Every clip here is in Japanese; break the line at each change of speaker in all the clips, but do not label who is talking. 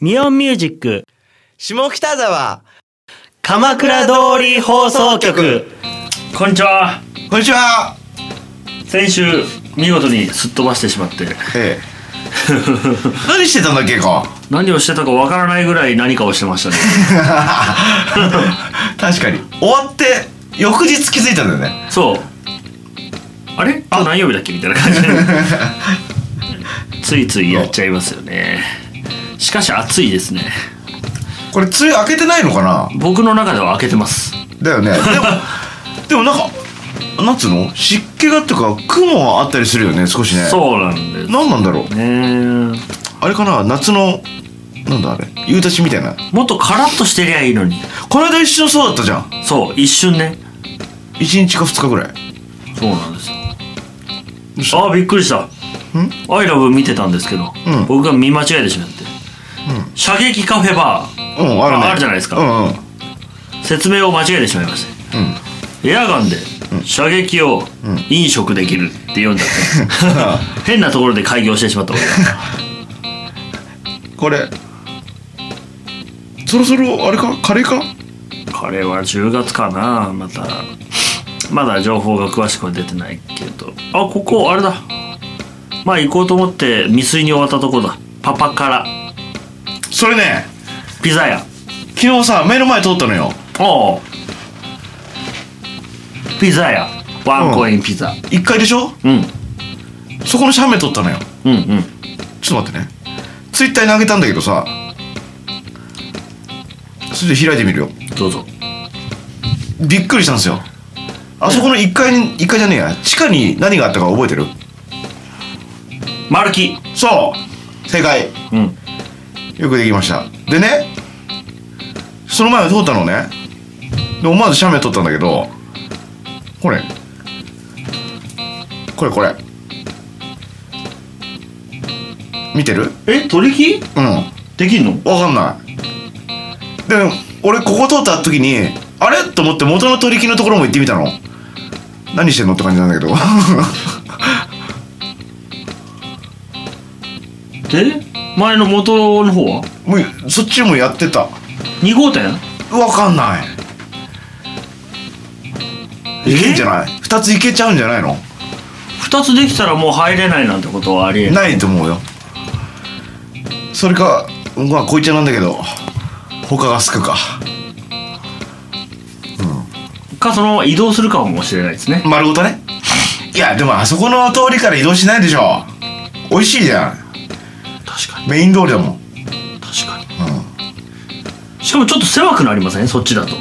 ミオンミュージック
下北沢
鎌倉通り放送局
こんにちは
こんにちは
先週見事にすっ飛ばしてしまって
ええ何してたんだっけか
何をしてたかわからないぐらい何かをしてましたね
確かに終わって翌日気づいたんだよね
そうあれ今日何曜日だっけみたいな 感じでついついやっちゃいますよねしかし暑いですね
これ梅雨明けてないのかな
僕の中では開けてます
だよねでもでもなんかなんつうの湿気がっていうか雲があったりするよね少しね
そうなんです
何なんだろう
ね
あれかな夏のなんだあれ夕立みたいな
もっとカラッとしてりゃいいのに
この間一瞬そうだったじゃん
そう一瞬ね
1日か2日ぐらい
そうなんですよあーびっくりした「アイラブ見てたんですけど、
うん
僕が見間違えてしまって、射撃カフェバー
うんあるね
ああるじゃないですか
うん うん
説明を間違えてしまいました、エアガンで射撃を飲食できるって読んだ って、変なところで開業してしまった俺が
これそろそろあれかカレーか
これは10月かなまたまだ情報が詳しくは出てないけどあここあれだまあ行こうと思って未遂に終わったとこだパパから
それね
ピザ屋
昨日さ目の前通ったのよ
おうピザやワンコインピザ、
1階でしょ
うん、うん
そこの斜面通ったのよ
うん
ちょっと待ってねツイッターに上げたんだけどさそれで開いてみるよ
どうぞ
びっくりしたんですよあそこの1階に1階じゃねえや地下に何があったか覚えてる
マルキ
そう正解
うん
よくできましたでねその前を通ったのねで思わず斜面撮ったんだけどこれこれこれ見てる
え取引
うん
できんの
わかんないで俺ここ通った時にあれと思って元の取り木のところも行ってみたの何してんのって感じなんだけど
で前の元の方は
もうそっちもやってた
2号店
わかんないいけんじゃない2ついけちゃうんじゃないの
2つできたらもう入れないなんてことはありえない
ないと思うよそれかまあこいちゃなんだけど他がすくか
かそのまま移動するかもしれないですね
丸ごとねいやでもあそこの通りから移動しないでしょ美味しいじゃん
確かに
メイン通りだもん
確かにしかもちょっと狭くなりませんそっちだと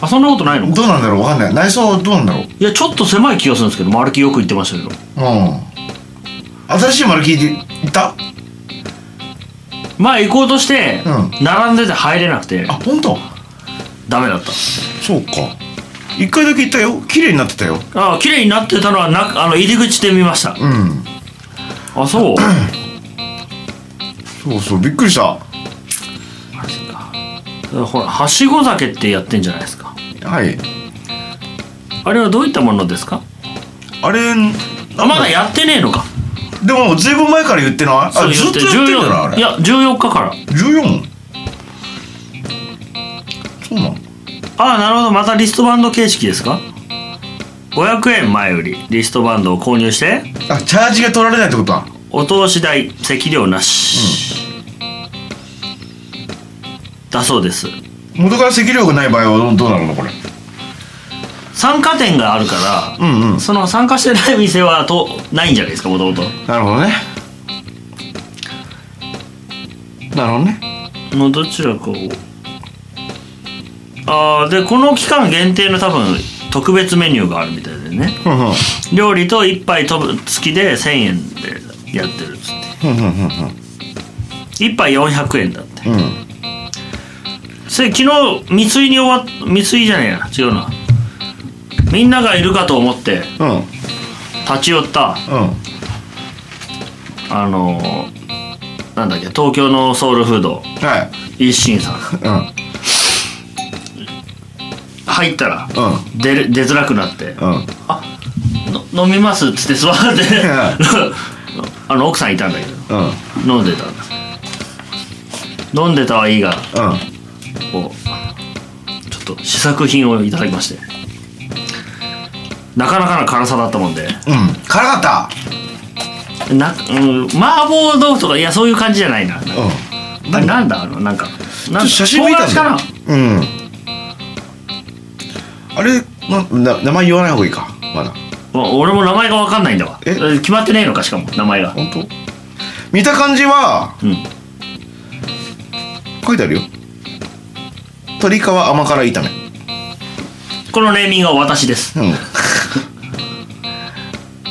あそんなことないの
どうなんだろうわかんない内装はどうなんだろう
いやちょっと狭い気がするんですけどマルキよく行ってましたけど
うん新しい丸聞いていった
まあ行こうとして、
う
並んでて入れなくて
あ本当
ダメだった
そうか一回だけ行ったよ綺麗になってたよ
ああ綺麗になってたのはなあの入り口で見ました
うん
あそう
そうそうびっくりした
マジかほらはしご酒ってやってんじゃないですか
はい
あれはどういったものですか
あれ
あまだやってねえのか
でもずいぶん前から言ってないあ
そう
ず
言
っとやってるんだなあ
い
れ
や14日から
14? そうなの
ああなるほどまたリストバンド形式ですか500円前売りリストバンドを購入して
あチャージが取られないってことだ
お通し代席料なし、だそうです
元から席料がない場合はどうどうなるのこれ
参加店があるから、
うんうん
その参加してない店はとないんじゃないですかもともと
なるほどねなるほどね
のどちらかをああでこの期間限定の多分特別メニューがあるみたいでね
ふんふん
料理と1杯とぶ付きで1000円でやってるっつっ
ふんふんふんふん
て1杯400円だって
うん
それ昨日未遂に終わっ未遂じゃねえや違うなみんながいるかと思って
うん
立ち寄った
うん
あのー、なんだっけ東京のソウルフード
はい
一心さん
う
入ったら
ん
出れ出づらくなって
うんうん
あの飲みますっつって座って あの奥さんいたんだけ
うん
ど飲んでたんです飲んでたはいいが
うん
こうちょっと試作品をいただきましてなかなかな辛さだったもんで
うん辛かっ
な、うん、麻婆豆腐とかいやそういう感じじゃないな
たうん
な
何
なんだあのなんかなん
ちょっと
だ
写真見たん
唐
だ
辛子
うんあれなな名前言わない方がいいかまだ
かなお俺も名前が分かんないんだわ
え
決まってねえのかしかも名前が
本当見た感じは
うん
書いてあるよ鶏皮甘辛炒め
このネーミングは私です
うん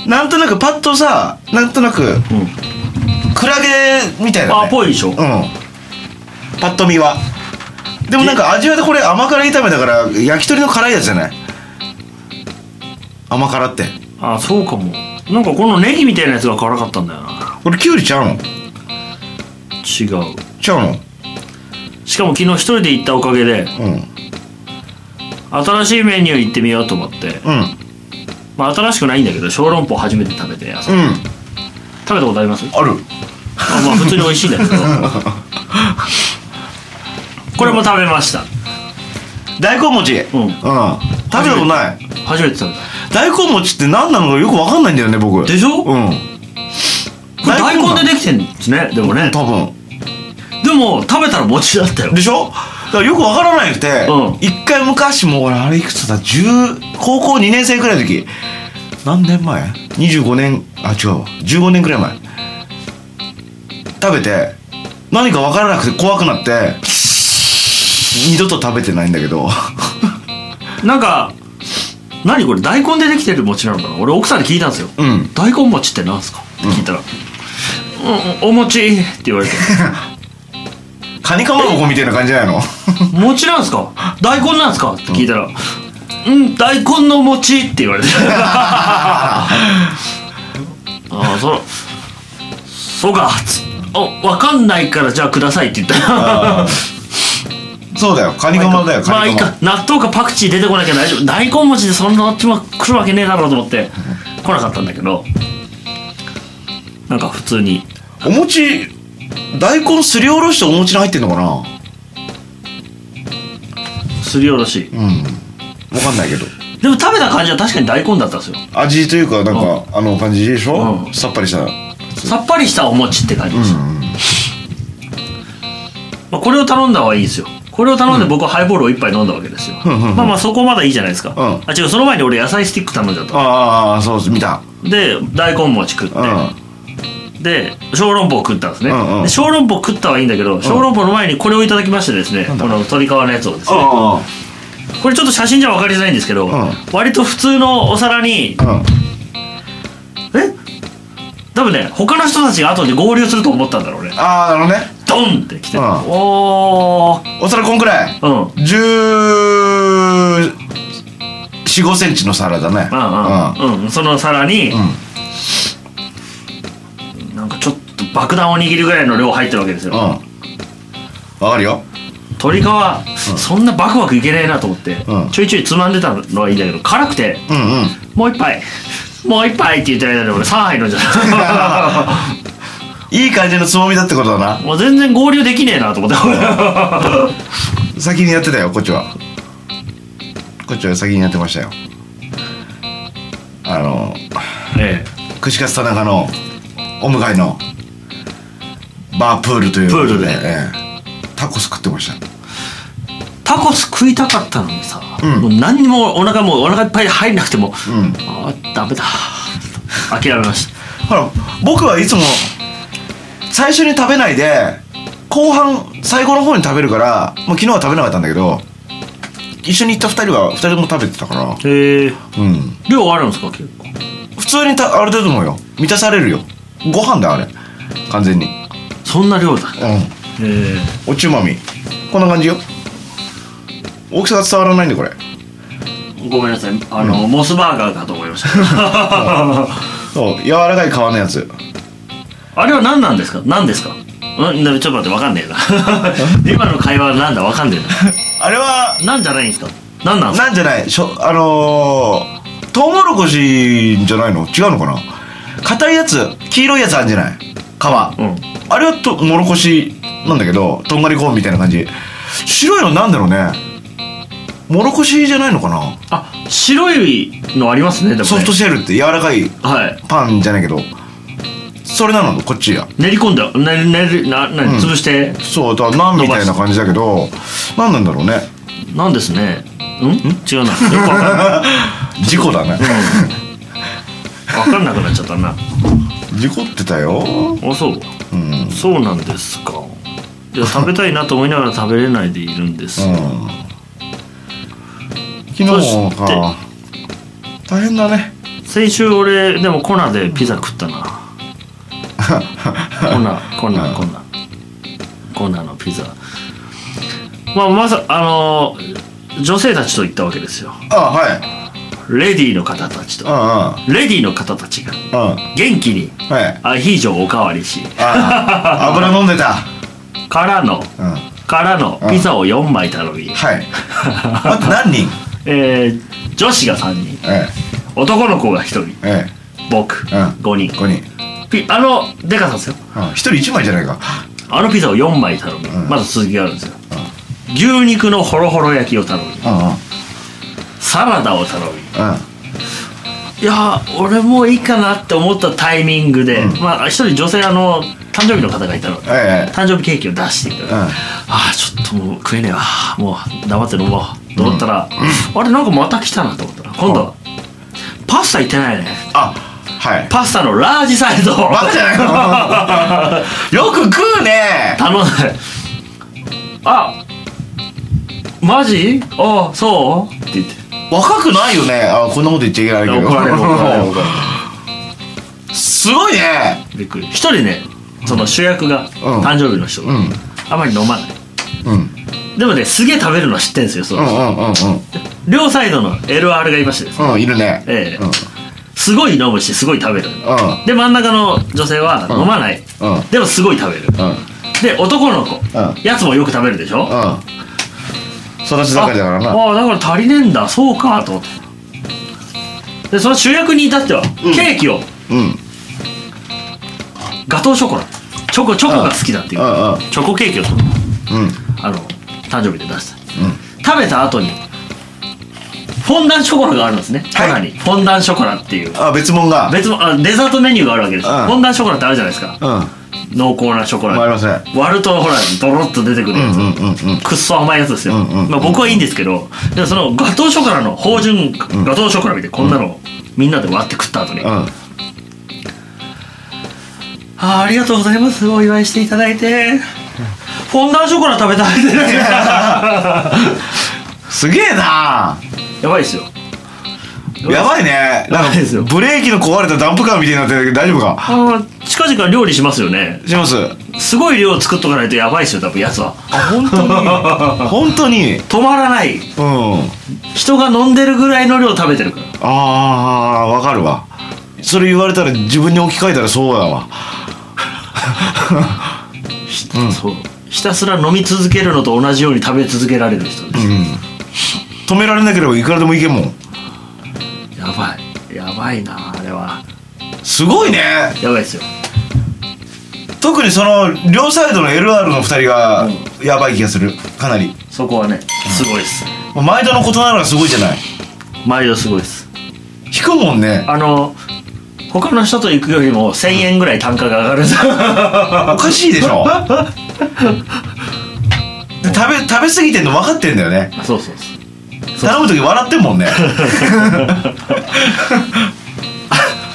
なんとなくパッとさなんとなく
うん
クラゲみたいな、
あ
ね、
ぽいでしょ
うんパッと見はでもなんか味わいでこれ甘辛炒めだから焼き鳥の辛いやつじゃない甘辛って
あそうかもなんかこのネギみたいなやつが辛かったんだよな
これキュウリちゃうの
違う
ちゃうの
しかも昨日一人で行ったおかげで
うん
新しいメニュー行ってみようと思って、
うん
まあ、新しくないんだけど小籠包初めて食べて朝
うん
食べたことあります
ある
あまあ普通に美味しいんだ けどこれも食べました
大根餅
うん
うん食べたことない
初めて食べ
大根餅って何なのかよくわかんないんだよね僕
たでしょ、
うん
これ大根でできてんですねでもね
多分
でも食べたら餅だったよ
でしょだからよくわからなくて
うん
一、回昔もう俺あれいくつだ10高校2年生くらいの時何年前 ?25 年あ違うわ15年くらい前食べて何かわからなくて怖くなって二度と食べてないんだけど
なんか何これ大根でできてる餅なのかな俺奥さんに聞いたんですよ、
うん
大根餅ってなんすかって聞いたら「うん、うんお餅」って言われて
カニカマボコみたいな感じじゃないの
「餅なんすか大根なんすか?」って聞いたら「うん、大根の餅」って言われ てああそらそうかつあわかんないからじゃあくださいって言ったら
そうだよカニカマだよ
まあ
カ
い
ニ
い
カ
か納豆かパクチー出てこなきゃ大丈夫大根餅でそんなどっちも来るわけねえだろうと思って来なかったんだけどなんか普通に
マお餅大根すりおろしてお餅に入ってんのかな
すりおろし
うんわかんないけど
でも食べた感じは確かに大根だったんですよ
味というかなんかあの感じでしょ、
うん
さっぱりした
さっぱりしたお餅って感じでした、まあ、これを頼んだ方がいいですよこれを頼んで僕はハイボールを一杯飲んだわけですよ、
んうんうん
まあまあそこまだいいじゃないですか、
ん
あ違うその前に俺野菜スティック頼んじゃった
ああそうです見た
で大根餅食って、
うん
で小籠包食ったんですね、
うんうん
で小籠包食ったはいいんだけど小籠包の前にこれをいただきましてですね、この鶏皮のやつをですね
あ
これちょっと写真じゃ分かりづらいんですけど、
ん
割と普通のお皿に
あ
え多分ね他の人たちが後で合流すると思ったんだろうね
あーなるほどね
ドンって来て、
うん
おー
お皿こんくらい
うんうん
1 4 5センチの皿だね
うんうん、うん、その皿に、なんかちょっと爆弾を握るぐらいの量入ってるわけですよ、
うんうんわかるよ
鶏皮、そんなバクバクいけねえなと思って、
うん
ちょいちょいつまんでたのはいいんだけど辛くて
うんうん
もう一杯もう一杯って言ってる間に俺3杯飲んじ ゃっ
いい感じのつぼみだってことだな
たもう全然合流できねえなと思って
先にやってたよこっちはこっちは先にやってましたよあの
ええ
串カツ田中のお向かいのバープールという
プールで
ええタコス食ってました
タコス食いたかったのにさ、
ん
もう何にもお腹もうお腹いっぱいで入んなくても、
ん
あーダメだ諦めまし
ほら僕はいつも最初に食べないで後半最後の方に食べるからもう昨日は食べなかったんだけど一緒に行った2人は2人とも食べてたから
たへえ
うん
量あるんですか結構
普通にたあれだと思うよ満たされるよご飯だあれ完全に
そんな量だへ
う
え
んおつまみこんな感じよ大きさが伝わらないんでこれ
ごめんなさいあの、モスバーガーかと思いました
そう柔らかい皮のやつ
あれは何なんですか何ですかんなちょっと待って分かんね えな今の会話はなんだ分かんね
あれは
えななんじゃないんですか何なんですか
なんじゃないしょあのー、トウモロコシじゃないの違うのかな硬いやつ黄色いやつあるんじゃない皮、
うん
あれはとモロコシなんだけどとんがりコーンみたいな感じ白いのなんだろうねもろこしじゃないのかな
あ白いのありますねでもね
ソフトシェルって柔らかい
はい
パンじゃないけどそれなのこっちや
練り込んだ練り練りな何潰して、
そうだナンみたいな感じだけど何なんだろうね
なんですねん違うなよくわかんない
事故だね
わかんなくなっちゃったな
事故ってたよ
あそう、
ん
そうなんですかいや食べたいなと思いながら食べれないでいるんです、
うん昨日
そして
か大変だね
先週俺でもコナでピザ食ったな コナコナコナコナのピザまあまさあのー女性たちと行ったわけですよ
あはい
レディーの方たちと
う
レディーの方たちが
んうんうん
元気に
はい
アヒージョをおかわりし
あ油飲んでた
からの
うん
からのピザを4枚頼み、
はいあと何人
えー女子が3人
え
男の子が1人
ええ
僕、
うん
5
え
人
5人
ピあのデカさんですよ
うん一人一枚じゃないか
あのピザを4枚頼み、
ん
まだ続きがあるんですよ、牛肉のホロホロ焼きを頼み
うんうん
サラダを頼み
うん
いやー俺もういいかなって思ったタイミングで、まあ一人女性あの誕生日の方がいたので、
ええ
誕生日ケーキを出していただいて、
うん
ああちょっともう食えねえわもう黙って飲もうと思ったら、あれなんかまた来たなと思ったら今度は、パスタいってないね
あ はい
パスタのラージサイズを
バカ じゃないの よく食うね
頼んであマジあそうって言って
若くないよねあこんなこと言っちゃいけないけど
怒られる怒られる怒られ
すごいね
るびっくり一人ねその主役が、
うん
誕生日の人が、
うん
あまり飲まない
うんうん
でもねすげえ食べるのは知ってんですよそうの、
んうん
両サイドの LR がいましてですね
うんうんいるね
ええ
うん
すごい飲むしすごい食べる
う
で真ん中の女性は飲まない、
うん
でもすごい食べる、
んうん
で男の子、
ん
やつもよく食べるでしょ、
うん育ち
あ
盛りだからな
ああだから足りねえんだそうかと思ってでその主役に至っては、ケーキを
うん
ガトーショコラチョコチョコが好きだっていう、
うんうん
チョコケーキを
うん
あの誕生日で出した、食べた後にフォンダンショコラがあるんですね、
はい
中にフォンダンショコラっていう
あ別物が
別のあデザートメニューがあるわけですよ、
うん
フォンダンショコラってあるじゃないですか
うんあ
濃厚なショコラ
りません
割るとほらドロッと出てくる
う
や
ん
つ、
うんうんうん
くっそ甘いやつですよ、
うんうん
まあ、僕はいいんですけどでもそのガトーショコラの芳醇ガトーショコラみたいなこんなのをみんなで割って食った後に、あ
うん
あありがとうございますお祝いしていただいてフォンダンショコラ食べたいです
すげえな
やばいですよ
やばいね
やば
なん
いですよ
かブレーキの壊れたダンプカーみたいになってるけど大丈夫か
ああ近々料理しますよね
します
すごい量作っとかないとやばいですよ多分やつは
あ本当に本当 に
止まらない
うん
人が飲んでるぐらいの量食べてるから
ああわかるわそれ言われたら自分に置き換えたらそうだわ
ひそうひたすら飲み続けるのと同じように食べ続けられる人です、
止められなければいくらでもいけんもん
やばいやばいなあれは
すごいね
やばいですよ
特にその両サイドの LR の2人がやばい気がするかなり
そこはねすごいです
毎度のことながらすごいじゃない
毎度すごいです
引くもんね
あの他の人と行くよりも1000円ぐらい単価が上がるんですよ
おかしいでしょで食べ食べ過ぎてんの分かってんだよね
そうそうそう
頼む時笑ってん もんね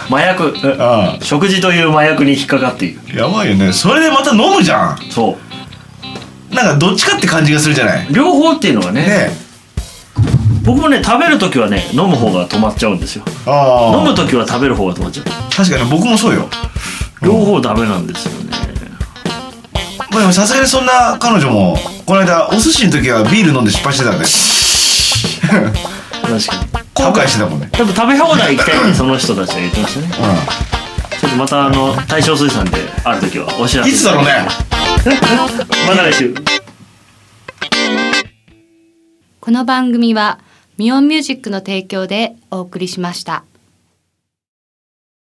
麻薬
あ
食事という麻薬に引っかかっている
やばいよねそれでまた飲むじゃん
そ
なんかどっちかって感じがするじゃないう
両方っていうのはね
ね
僕もね食べる時はね飲む方が止まっちゃうんですよ
あ
飲む時は食べる方が止まっちゃう
確かに僕もそうよ
両方ダメなんですよね
まあでもさすがにそんな彼女もこの間お寿司の時はビール飲んで失敗してたんで
確かに
後悔してたもんね
多分食べ放題行きた いってその人たちが言ってましたねちょっとまたあの大正水産である時はお知ら
うん
せ
いつだろうね
また来週
この番組はミオンミュージックの提供でお送りしました。